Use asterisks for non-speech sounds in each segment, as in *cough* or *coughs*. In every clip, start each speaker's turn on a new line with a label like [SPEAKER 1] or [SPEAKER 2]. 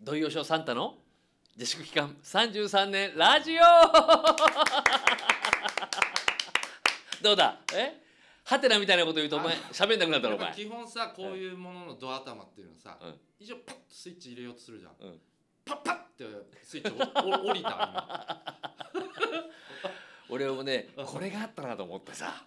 [SPEAKER 1] 土井善雄サンタの自粛期間33年ラジオ *laughs* どうだえハテナみたいなこと言うとお前
[SPEAKER 2] あ
[SPEAKER 1] 喋んなくなったろお
[SPEAKER 2] やっ
[SPEAKER 1] 前
[SPEAKER 2] *laughs* ぱ基本さこういうもののドア頭っていうのさ、
[SPEAKER 1] うん
[SPEAKER 2] 一応パッとスイッチ入れようとするじゃん、
[SPEAKER 1] うん
[SPEAKER 2] パッパッってスイッチおお降りた今
[SPEAKER 1] 俺もね
[SPEAKER 2] うん
[SPEAKER 1] これがあったなと思ってさ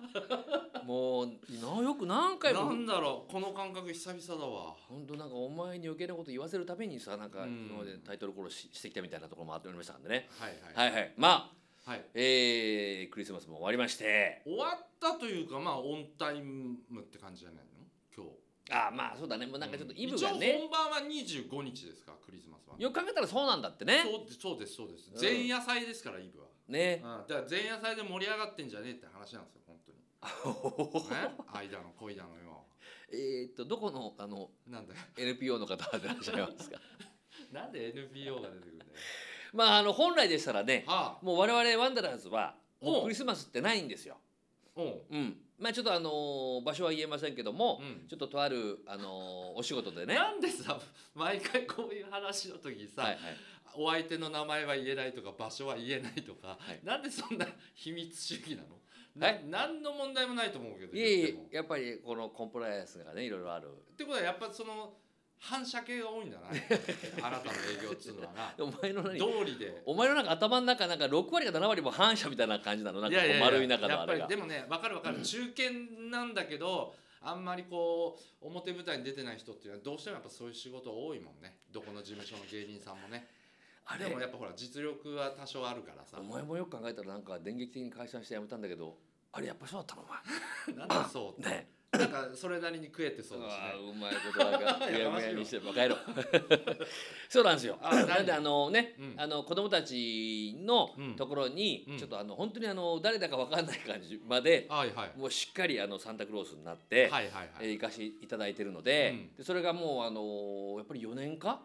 [SPEAKER 1] もうなよく何回も
[SPEAKER 2] なんだろうこの感覚久々だわ
[SPEAKER 1] 本当なんかお前に余計なこと言わせるためにさなんか
[SPEAKER 2] うん
[SPEAKER 1] 今までタイトルコールししてきたみたいなところもあっておりましたからね、
[SPEAKER 2] はいはい、
[SPEAKER 1] はいはいまあ
[SPEAKER 2] はい、
[SPEAKER 1] えークリスマスも終わりまして
[SPEAKER 2] 終わったというかまあオンタイムって感じじゃないの今日
[SPEAKER 1] あーまあそうだねもうなんかちょっとイブが
[SPEAKER 2] 一応
[SPEAKER 1] ね、
[SPEAKER 2] 本番は25日ですかクリスマスは
[SPEAKER 1] よく考えたらそうなんだってね
[SPEAKER 2] そうですそうですそうです、
[SPEAKER 1] うん
[SPEAKER 2] 前夜祭ですからイブは、う
[SPEAKER 1] ね
[SPEAKER 2] ん、だから前夜祭で盛り上がってんじゃねえって話なんですよ本当にね間の恋だのよ
[SPEAKER 1] *laughs* えーっとどこのあの
[SPEAKER 2] なんだよ
[SPEAKER 1] NPO の方でいらっしゃいますか *laughs*
[SPEAKER 2] なんで NPO が出てくるんだよ
[SPEAKER 1] まああの本来でしたらね
[SPEAKER 2] はあ
[SPEAKER 1] もう我々ワンダラーズはもう
[SPEAKER 2] お
[SPEAKER 1] クリスマスってないんですよ。
[SPEAKER 2] うん
[SPEAKER 1] うん、まあちょっとあのー場所は言えませんけども、
[SPEAKER 2] うん
[SPEAKER 1] ちょっととあるあのーお仕事でね。は
[SPEAKER 2] なんでさ *laughs* 毎回こういう話の時
[SPEAKER 1] い
[SPEAKER 2] さ、
[SPEAKER 1] はい、
[SPEAKER 2] お相手の名前は言えないとか場所は言えないとか、
[SPEAKER 1] はい
[SPEAKER 2] なんでそんな秘密主義なのな
[SPEAKER 1] え
[SPEAKER 2] 何の問題もないと思うけど
[SPEAKER 1] いえい
[SPEAKER 2] 言って
[SPEAKER 1] え
[SPEAKER 2] も
[SPEAKER 1] やっぱりこのコンプライアンスがねいろいろある
[SPEAKER 2] ってことはやっぱその反射系が多い
[SPEAKER 1] *laughs*
[SPEAKER 2] んだなあなたの営業っつうのはな
[SPEAKER 1] お前の何
[SPEAKER 2] 道理で
[SPEAKER 1] お前のなんか頭の中なんか6割か7割も反射みたいな感じなのなんかこう丸い中の
[SPEAKER 2] や
[SPEAKER 1] あ
[SPEAKER 2] っぱ
[SPEAKER 1] れ
[SPEAKER 2] り
[SPEAKER 1] が
[SPEAKER 2] でもね分かる分かる中堅なんだけどあんまりこう表舞台に出てない人っていうのはどうしてもやっぱそういう仕事多いもんねどこの事務所の芸人さんもね
[SPEAKER 1] あ
[SPEAKER 2] でも
[SPEAKER 1] れ
[SPEAKER 2] やっぱほら実力は多少あるからさ
[SPEAKER 1] お前もよく考えたらなんか電撃的に解散して辞めたんだけどあれやっぱそうだったのお
[SPEAKER 2] なんでそう *coughs*
[SPEAKER 1] 前ね
[SPEAKER 2] なんかそれなりに食えてそうだし
[SPEAKER 1] あ
[SPEAKER 2] ね
[SPEAKER 1] うまいことなんかう
[SPEAKER 2] *laughs*
[SPEAKER 1] やむやにしてバカ野郎 *laughs* そうなんですよ
[SPEAKER 2] あ何
[SPEAKER 1] なんであのね、
[SPEAKER 2] うん
[SPEAKER 1] あの子供たちの
[SPEAKER 2] うん
[SPEAKER 1] ところに、
[SPEAKER 2] うん
[SPEAKER 1] ちょっとあの本当にあの誰だかわかんない感じまで、
[SPEAKER 2] はいはい
[SPEAKER 1] もうしっかりあのサンタクロースになって、
[SPEAKER 2] はいはい
[SPEAKER 1] え
[SPEAKER 2] は
[SPEAKER 1] ー
[SPEAKER 2] い
[SPEAKER 1] 行かせていただいてるので,、
[SPEAKER 2] うん
[SPEAKER 1] でそれがもうあのーやっぱり4年か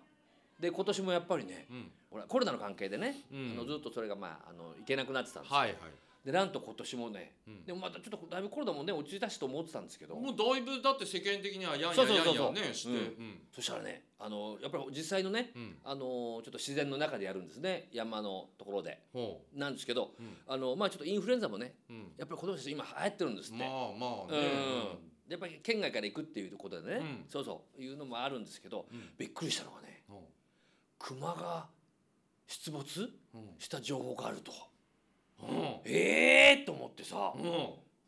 [SPEAKER 1] で今年もやっぱりね
[SPEAKER 2] うん
[SPEAKER 1] ほらコロナの関係でね、
[SPEAKER 2] うん
[SPEAKER 1] あのずっとそれがまああの行けなくなってたんですよ、
[SPEAKER 2] はいはい
[SPEAKER 1] でなんと今年もね
[SPEAKER 2] うん
[SPEAKER 1] でもまたちょっとだいぶコロナもね落ち着いたしと思ってたんですけど
[SPEAKER 2] もうだいぶだって世間的にはやん
[SPEAKER 1] そ
[SPEAKER 2] や
[SPEAKER 1] うそう
[SPEAKER 2] や
[SPEAKER 1] そうんそ
[SPEAKER 2] や
[SPEAKER 1] う
[SPEAKER 2] ねして
[SPEAKER 1] う
[SPEAKER 2] うん
[SPEAKER 1] そしたらねあのやっぱり実際のね
[SPEAKER 2] うん
[SPEAKER 1] あのちょっと自然の中でやるんですね山のところで
[SPEAKER 2] ほ
[SPEAKER 1] なんですけど
[SPEAKER 2] ううん
[SPEAKER 1] あのまあちょっとインフルエンザもね
[SPEAKER 2] うん
[SPEAKER 1] やっぱり子供たち今流行ってるんですって、
[SPEAKER 2] まあまあね
[SPEAKER 1] うんやっぱり県外から行くっていうことでね、
[SPEAKER 2] うん
[SPEAKER 1] そうそういうのもあるんですけど
[SPEAKER 2] うん
[SPEAKER 1] びっくりしたのがね
[SPEAKER 2] うん
[SPEAKER 1] 熊が出没
[SPEAKER 2] うん
[SPEAKER 1] した情報があると
[SPEAKER 2] う
[SPEAKER 1] ええー、と思ってさ、
[SPEAKER 2] んうん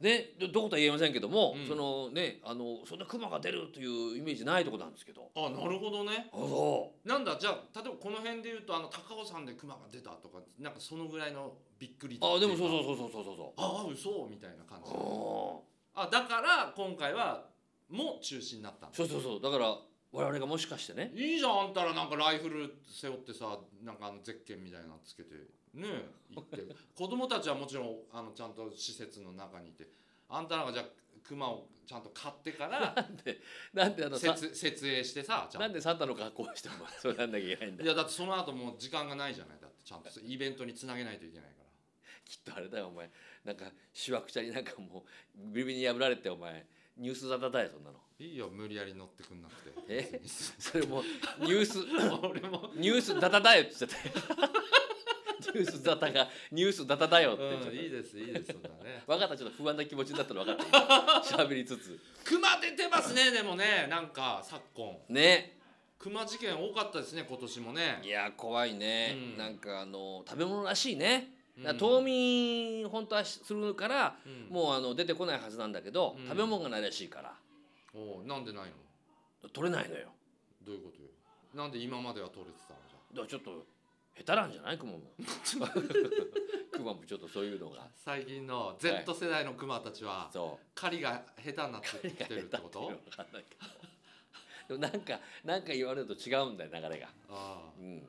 [SPEAKER 1] ねどどことは言えませんけども、
[SPEAKER 2] うん
[SPEAKER 1] そのねあのそんな熊が出るというイメージないとこなんですけど
[SPEAKER 2] あなるほどね
[SPEAKER 1] あそ
[SPEAKER 2] なんだじゃあ例えばこの辺で言うとあの高尾山で熊が出たとかなんかそのぐらいのびっくり
[SPEAKER 1] うあでもそうそううそうそうそうそうそ
[SPEAKER 2] ああ嘘みたいな感じ
[SPEAKER 1] う
[SPEAKER 2] あだから今回はもう中止になったんだ
[SPEAKER 1] そうそうそうだから我々がもしかしてね
[SPEAKER 2] いいじゃんあんたらなんかライフル背負ってさなんかあのゼッケンみたいなのつけてねえ行って
[SPEAKER 1] *laughs*
[SPEAKER 2] 子供たちはもちろんあのちゃんと施設の中にいてあんたらがじゃあ熊をちゃんと買って
[SPEAKER 1] *laughs*
[SPEAKER 2] から
[SPEAKER 1] なんであのさ
[SPEAKER 2] 設設営してさちゃんと
[SPEAKER 1] なんでサンタの *laughs* 格好をしてもそうなんなきゃいけないんだ
[SPEAKER 2] いやだってその後もう時間がないじゃないだってちゃんとイベントにつなげないといけないから
[SPEAKER 1] きっとあれだよお前なんかしわくちゃになんかもうビリビリに破られてお前ニュース沙汰だよそんなの
[SPEAKER 2] いいよ無理やり乗ってくんな
[SPEAKER 1] *laughs*
[SPEAKER 2] くて
[SPEAKER 1] え
[SPEAKER 2] 別に
[SPEAKER 1] それもうニュース
[SPEAKER 2] 俺も、
[SPEAKER 1] ニュースダタだよって言っちゃ
[SPEAKER 2] *laughs*
[SPEAKER 1] ったニュースダタがニュースダタだよって言っちゃっ
[SPEAKER 2] うん、
[SPEAKER 1] た、
[SPEAKER 2] いいですいいですそんなね
[SPEAKER 1] 分かったちょっと不安な気持ちになったの分かった
[SPEAKER 2] *laughs*
[SPEAKER 1] 今喋りつつ
[SPEAKER 2] 熊出てますねでもねなんか昨今
[SPEAKER 1] ね
[SPEAKER 2] 熊事件多かったですね今年もね
[SPEAKER 1] いや怖いね、
[SPEAKER 2] うん
[SPEAKER 1] なんかあの食べ物らしいね
[SPEAKER 2] うん
[SPEAKER 1] だから冬眠本当はするから、
[SPEAKER 2] うん
[SPEAKER 1] もうあの出てこないはずなんだけど、
[SPEAKER 2] うん
[SPEAKER 1] 食べ物がないらしいから
[SPEAKER 2] おうなんでないの
[SPEAKER 1] 取れないのよ
[SPEAKER 2] どういうことよなんで今までは取れてたのじ
[SPEAKER 1] だか
[SPEAKER 2] ゃ
[SPEAKER 1] らちょっと下手なんじゃないクマ
[SPEAKER 2] *laughs*
[SPEAKER 1] もクマもちょっとそういうのが
[SPEAKER 2] あ最近の Z 世代の熊たちは
[SPEAKER 1] そ
[SPEAKER 2] 狩りが下手になって
[SPEAKER 1] う
[SPEAKER 2] きてるってこと
[SPEAKER 1] 分かんないけ *laughs* どでもなんかなんか言われると違うんだよ流れが
[SPEAKER 2] ああ
[SPEAKER 1] うん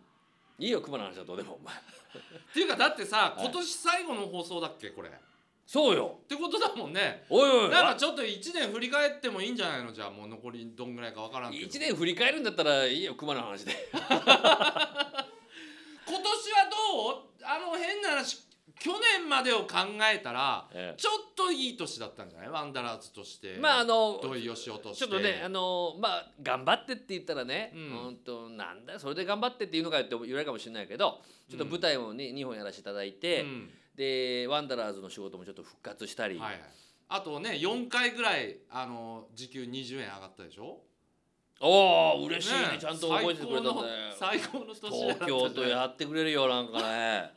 [SPEAKER 1] いいよクマの話はどうでもお前
[SPEAKER 2] っていうかだってさ
[SPEAKER 1] はい
[SPEAKER 2] 今年最後の放送だっけこれっ
[SPEAKER 1] そうよ
[SPEAKER 2] てことだもんね
[SPEAKER 1] おいおいおい
[SPEAKER 2] なんかちょっと1年振り返ってもいいんじゃないのじゃあもう残りどんぐらいかわからんけど
[SPEAKER 1] 1年振り返るんだったらいいよクマの話で
[SPEAKER 2] 今年はどうあの変な話去年までを考えたら
[SPEAKER 1] ええ
[SPEAKER 2] ちょっとのいい年だったんじゃないワンダラーズとして
[SPEAKER 1] まああの
[SPEAKER 2] 土井善雄として
[SPEAKER 1] ちょっとねあのまあ頑張ってって言ったらね、
[SPEAKER 2] うん
[SPEAKER 1] ほんとなんだよそれで頑張ってっていうのかよって言われるかもしれないけどちょっと舞台もね、2本やらせていただいて、
[SPEAKER 2] うん
[SPEAKER 1] でワンダラーズの仕事もちょっと復活したり、
[SPEAKER 2] はいはい、あとね4回ぐらいあの時給20円上がったでしょ
[SPEAKER 1] おお嬉しいね
[SPEAKER 2] ね
[SPEAKER 1] ちゃんと覚えててくれたんだよ
[SPEAKER 2] 最高の最高の年だった
[SPEAKER 1] 東京とやってくれるよなんか
[SPEAKER 2] *laughs*
[SPEAKER 1] ね、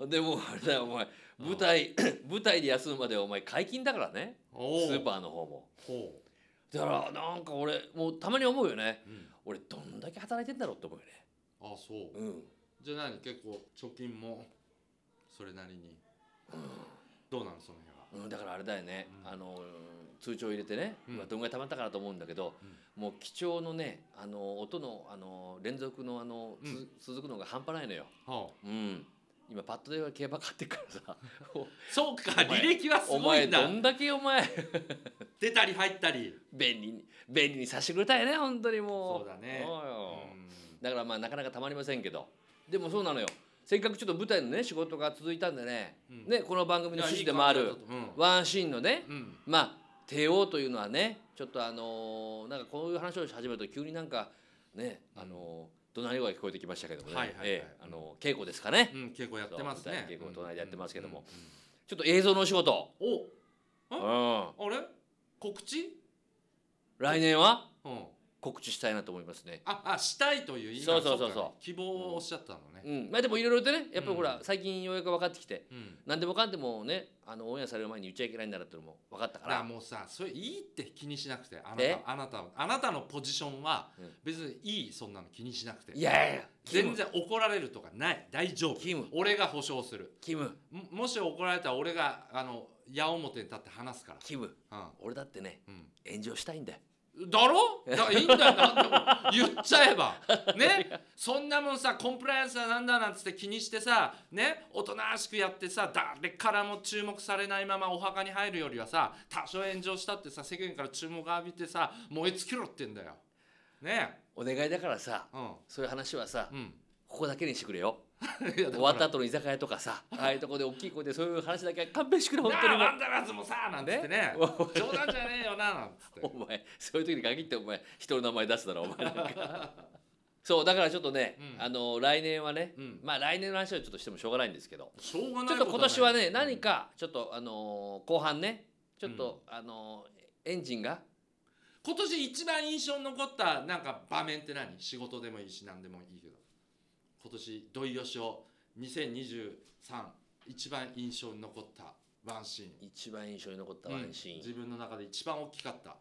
[SPEAKER 1] うん、でもあれだよお前舞台 *clears throat* 舞台で休むまでお前解禁だからねス
[SPEAKER 2] お
[SPEAKER 1] ー
[SPEAKER 2] ー
[SPEAKER 1] パーの方も
[SPEAKER 2] ほ
[SPEAKER 1] だからなんか俺もうたまに思うよね
[SPEAKER 2] う、うん、
[SPEAKER 1] 俺どんだけ働いてんだろうって思うよね
[SPEAKER 2] あそう
[SPEAKER 1] うん
[SPEAKER 2] じゃあ何結構貯金もそれなりにどうなのその辺は
[SPEAKER 1] うん、だからあれだよね、
[SPEAKER 2] うん
[SPEAKER 1] あの通帳入れてね、
[SPEAKER 2] うん
[SPEAKER 1] まあどんぐらい貯まったかなと思うんだけど、もう貴重のねあの音のあの連続のあの、つ
[SPEAKER 2] うん
[SPEAKER 1] 続くのが半端ないのよ、
[SPEAKER 2] は
[SPEAKER 1] うん、今パッとで競馬買ってっからさ
[SPEAKER 2] あ、そうか
[SPEAKER 1] お前
[SPEAKER 2] 履歴 *laughs* はす
[SPEAKER 1] お
[SPEAKER 2] ごい
[SPEAKER 1] 前
[SPEAKER 2] んだ
[SPEAKER 1] どんだけお前
[SPEAKER 2] 出たり入ったり
[SPEAKER 1] 便利に便利にさせてくれたよね本当にもう
[SPEAKER 2] そうだね
[SPEAKER 1] う
[SPEAKER 2] う
[SPEAKER 1] よ
[SPEAKER 2] ん
[SPEAKER 1] だからまあなかなかたまりませんけどでもそうなのよせっかくちょっと舞台のね仕事が続いたんでね,、
[SPEAKER 2] うん
[SPEAKER 1] ねこの番組の
[SPEAKER 2] いやい
[SPEAKER 1] 趣
[SPEAKER 2] い
[SPEAKER 1] 旨でもあ
[SPEAKER 2] 感じだ
[SPEAKER 1] る
[SPEAKER 2] ったと思う
[SPEAKER 1] ワンシーンのね
[SPEAKER 2] うんうん
[SPEAKER 1] まあ帝王というのはねちょっとあのーなんかこういう話をし始めると急になんかねあのー怒鳴り声が聞こえてきましたけどもね、
[SPEAKER 2] はいはいはい
[SPEAKER 1] ええあのー稽古ですかね、
[SPEAKER 2] うん稽古やってます
[SPEAKER 1] そ
[SPEAKER 2] ね
[SPEAKER 1] う舞台稽古を隣でやってますけども
[SPEAKER 2] う
[SPEAKER 1] ちょっと映像のお仕事、
[SPEAKER 2] んうんう
[SPEAKER 1] う
[SPEAKER 2] ん
[SPEAKER 1] ん
[SPEAKER 2] ん、おあれ告知
[SPEAKER 1] 来年は
[SPEAKER 2] うん
[SPEAKER 1] 告知したいなと思いますね。
[SPEAKER 2] ああしたいという今
[SPEAKER 1] そうそうそうそう
[SPEAKER 2] っか希望をおっしゃったのね
[SPEAKER 1] うん、まあでもいろいろとねやっぱりほら、
[SPEAKER 2] う
[SPEAKER 1] 最近ようやく分かってきて
[SPEAKER 2] うん
[SPEAKER 1] 何でもかんでもねあのオンエアされる前に言っちゃいけないんだなっていうのも分かった
[SPEAKER 2] だ
[SPEAKER 1] か
[SPEAKER 2] から
[SPEAKER 1] ら
[SPEAKER 2] もうさそれいいって気にしなくてあな
[SPEAKER 1] え
[SPEAKER 2] たあなたあなたのポジションは
[SPEAKER 1] うん
[SPEAKER 2] 別にいいそんなの気にしなくて
[SPEAKER 1] いやいやいやキ
[SPEAKER 2] 全
[SPEAKER 1] ム
[SPEAKER 2] 然怒られるとかない大丈夫
[SPEAKER 1] キム
[SPEAKER 2] 俺が保証する
[SPEAKER 1] キム
[SPEAKER 2] ももし怒られたら俺があの矢面に立って話すか
[SPEAKER 1] キム
[SPEAKER 2] ら
[SPEAKER 1] 俺だってね
[SPEAKER 2] うん、うん
[SPEAKER 1] 炎上したいんだよ。
[SPEAKER 2] だろだからいいんだよなんでも言っちゃえばねそんなもんさコンプライアンスだなんだなんつって気にしてさねおとなしくやってさ誰からも注目されないままお墓に入るよりはさ多少炎上したってさ世間から注目浴びてさ燃え尽きろってんだよね
[SPEAKER 1] お願いだからさ
[SPEAKER 2] うん
[SPEAKER 1] そういう話はさ
[SPEAKER 2] うん
[SPEAKER 1] ここだけにしてくれよ
[SPEAKER 2] い
[SPEAKER 1] *laughs*
[SPEAKER 2] やだから
[SPEAKER 1] 終わった後の居酒屋とかさああいうとこで大きい声でそういう話だけは勘弁してくれ本
[SPEAKER 2] な
[SPEAKER 1] 当に
[SPEAKER 2] あワンダラーズもさなんつってね
[SPEAKER 1] お
[SPEAKER 2] 冗談じゃねえよななんつって
[SPEAKER 1] もう *laughs* お前そういう時に限ってお前人の名前出すだろお前なんか
[SPEAKER 2] *laughs*
[SPEAKER 1] そうだからちょっとね、
[SPEAKER 2] うん
[SPEAKER 1] あの来年はね、
[SPEAKER 2] うん
[SPEAKER 1] まあ来年の話はちょっとしてもしょうがないんですけど
[SPEAKER 2] しょうがない
[SPEAKER 1] ちょっと今年はね何
[SPEAKER 2] か
[SPEAKER 1] かちょっとあのー後半ねちょっと、あのーエンジンが
[SPEAKER 2] 今年一番印象に残ったなんか場面って何仕事でもいいし何でもいいけど今年土井善雄2023一番印象に残ったワンシーン
[SPEAKER 1] 一番印象に残ったワンシーン、
[SPEAKER 2] 自分の中で一番大きかった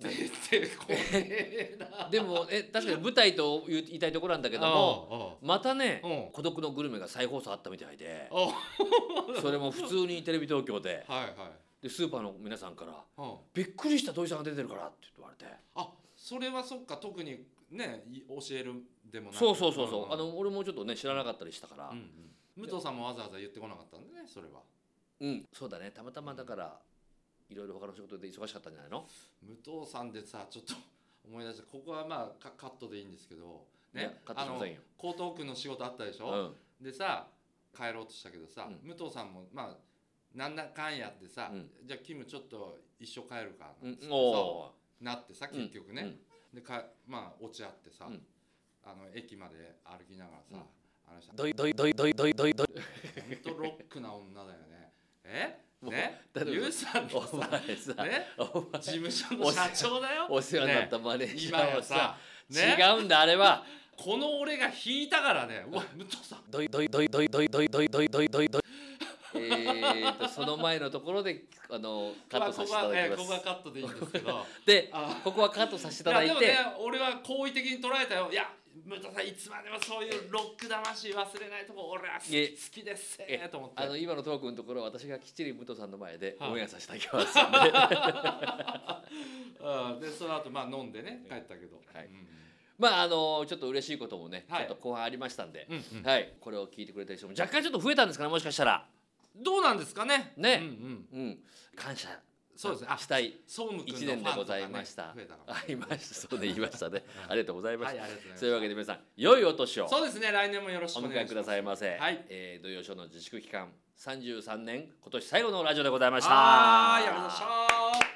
[SPEAKER 2] 出てこねえな
[SPEAKER 1] でもえ確かに舞台と言いたいところなんだけども
[SPEAKER 2] も
[SPEAKER 1] またね、
[SPEAKER 2] うん
[SPEAKER 1] 孤独のグルメが再放送あったみたいで
[SPEAKER 2] お *laughs*
[SPEAKER 1] それも普通にテレビ東京で
[SPEAKER 2] はいはい
[SPEAKER 1] でスーパーの皆さんから
[SPEAKER 2] うん
[SPEAKER 1] 「びっくりした土井さんが出てるから」って言われて
[SPEAKER 2] あそれはそっか特にねい教えるでもなく
[SPEAKER 1] そうそうそうそ
[SPEAKER 2] ん
[SPEAKER 1] うあの俺もちょっとね知らなかったりしたから
[SPEAKER 2] うんうん、武藤さんもわざわざ言ってこなかったんでねそれは
[SPEAKER 1] うんそうだねたまたまだからいろいろ他の仕事で忙しかったんじゃないの
[SPEAKER 2] 武藤さんでさちょっと思い出したここはまあカカットでいいんですけど
[SPEAKER 1] いや
[SPEAKER 2] ね
[SPEAKER 1] カット
[SPEAKER 2] あ
[SPEAKER 1] しま
[SPEAKER 2] の
[SPEAKER 1] せんよ
[SPEAKER 2] 江東区の仕事あったでし
[SPEAKER 1] う
[SPEAKER 2] ょ、
[SPEAKER 1] ん
[SPEAKER 2] でさ帰ろうとしたけどさ、
[SPEAKER 1] う
[SPEAKER 2] 武藤さんもまあなんだかんやってさ、
[SPEAKER 1] うん
[SPEAKER 2] じゃあキムちょっと一緒帰るか
[SPEAKER 1] う
[SPEAKER 2] なんて、
[SPEAKER 1] おー
[SPEAKER 2] なってさ結局ね、
[SPEAKER 1] うん
[SPEAKER 2] でかまあ落ち合ってさ、
[SPEAKER 1] うん
[SPEAKER 2] あの駅まで歩きながらさ、あの人
[SPEAKER 1] どいどいどいどいどいどいどい
[SPEAKER 2] 本当ロックな女だよ
[SPEAKER 1] *laughs*
[SPEAKER 2] ね。え
[SPEAKER 1] もう
[SPEAKER 2] ね
[SPEAKER 1] だって
[SPEAKER 2] ゆうさんの
[SPEAKER 1] お
[SPEAKER 2] さ、
[SPEAKER 1] 前さ
[SPEAKER 2] ね、
[SPEAKER 1] お前
[SPEAKER 2] 事務所の社長だよ。
[SPEAKER 1] お世話になったマネージ
[SPEAKER 2] 今
[SPEAKER 1] ャー
[SPEAKER 2] や
[SPEAKER 1] はさ
[SPEAKER 2] さ、ね、
[SPEAKER 1] 違うんだあれは
[SPEAKER 2] この俺が引いたからね、うわ、武藤さん、
[SPEAKER 1] どいどいどいどいどいどいどいどいどいどいどいえーとその前のところであのカットさせていただき
[SPEAKER 2] まあ
[SPEAKER 1] ま
[SPEAKER 2] ここはえーここは
[SPEAKER 1] す
[SPEAKER 2] カットでいいんですけど、
[SPEAKER 1] で
[SPEAKER 2] あ
[SPEAKER 1] ここはカット *laughs* させていた
[SPEAKER 2] いや
[SPEAKER 1] だい
[SPEAKER 2] でも
[SPEAKER 1] て
[SPEAKER 2] ね、俺は好意的に捉えたよ。いや、武藤さん、いつまでもそういうロック魂忘れないとこ、俺は好
[SPEAKER 1] いえ
[SPEAKER 2] き好きですねと思っ
[SPEAKER 1] あの
[SPEAKER 2] て。
[SPEAKER 1] 今のトークのところは私がきっちり武藤さんの前で
[SPEAKER 2] はい
[SPEAKER 1] オンエアさせていただきます
[SPEAKER 2] *laughs*
[SPEAKER 1] ので、
[SPEAKER 2] うん、で、その後まあ飲んでね、帰ったけど。
[SPEAKER 1] はい
[SPEAKER 2] うん
[SPEAKER 1] まああのちょっと嬉しいこともね、
[SPEAKER 2] はい
[SPEAKER 1] ちょっと後半ありましたんで、
[SPEAKER 2] うんうん
[SPEAKER 1] はいこれを聞いてくれた人も若干ちょっと増えたんですかねもしかしたら
[SPEAKER 2] どうなんですかね。
[SPEAKER 1] ね
[SPEAKER 2] うんうん
[SPEAKER 1] うん感謝
[SPEAKER 2] そうですねあ
[SPEAKER 1] したい
[SPEAKER 2] 総務
[SPEAKER 1] 一年で
[SPEAKER 2] 君のファン
[SPEAKER 1] ご
[SPEAKER 2] とか、
[SPEAKER 1] ざ
[SPEAKER 2] ね、
[SPEAKER 1] いました
[SPEAKER 2] 増えたかも
[SPEAKER 1] ありましたそうで言いましたねありがとうございま
[SPEAKER 2] は
[SPEAKER 1] す、
[SPEAKER 2] いありがとうございます
[SPEAKER 1] そういうわけで皆さん良いお年を
[SPEAKER 2] そうですね来年もよろしく
[SPEAKER 1] お
[SPEAKER 2] お願い
[SPEAKER 1] 迎
[SPEAKER 2] しま
[SPEAKER 1] え
[SPEAKER 2] す
[SPEAKER 1] くださいませ、
[SPEAKER 2] はい
[SPEAKER 1] えー、土曜ショーの自粛期間33年今年最後のラジオでございました
[SPEAKER 2] はーいありがとうございました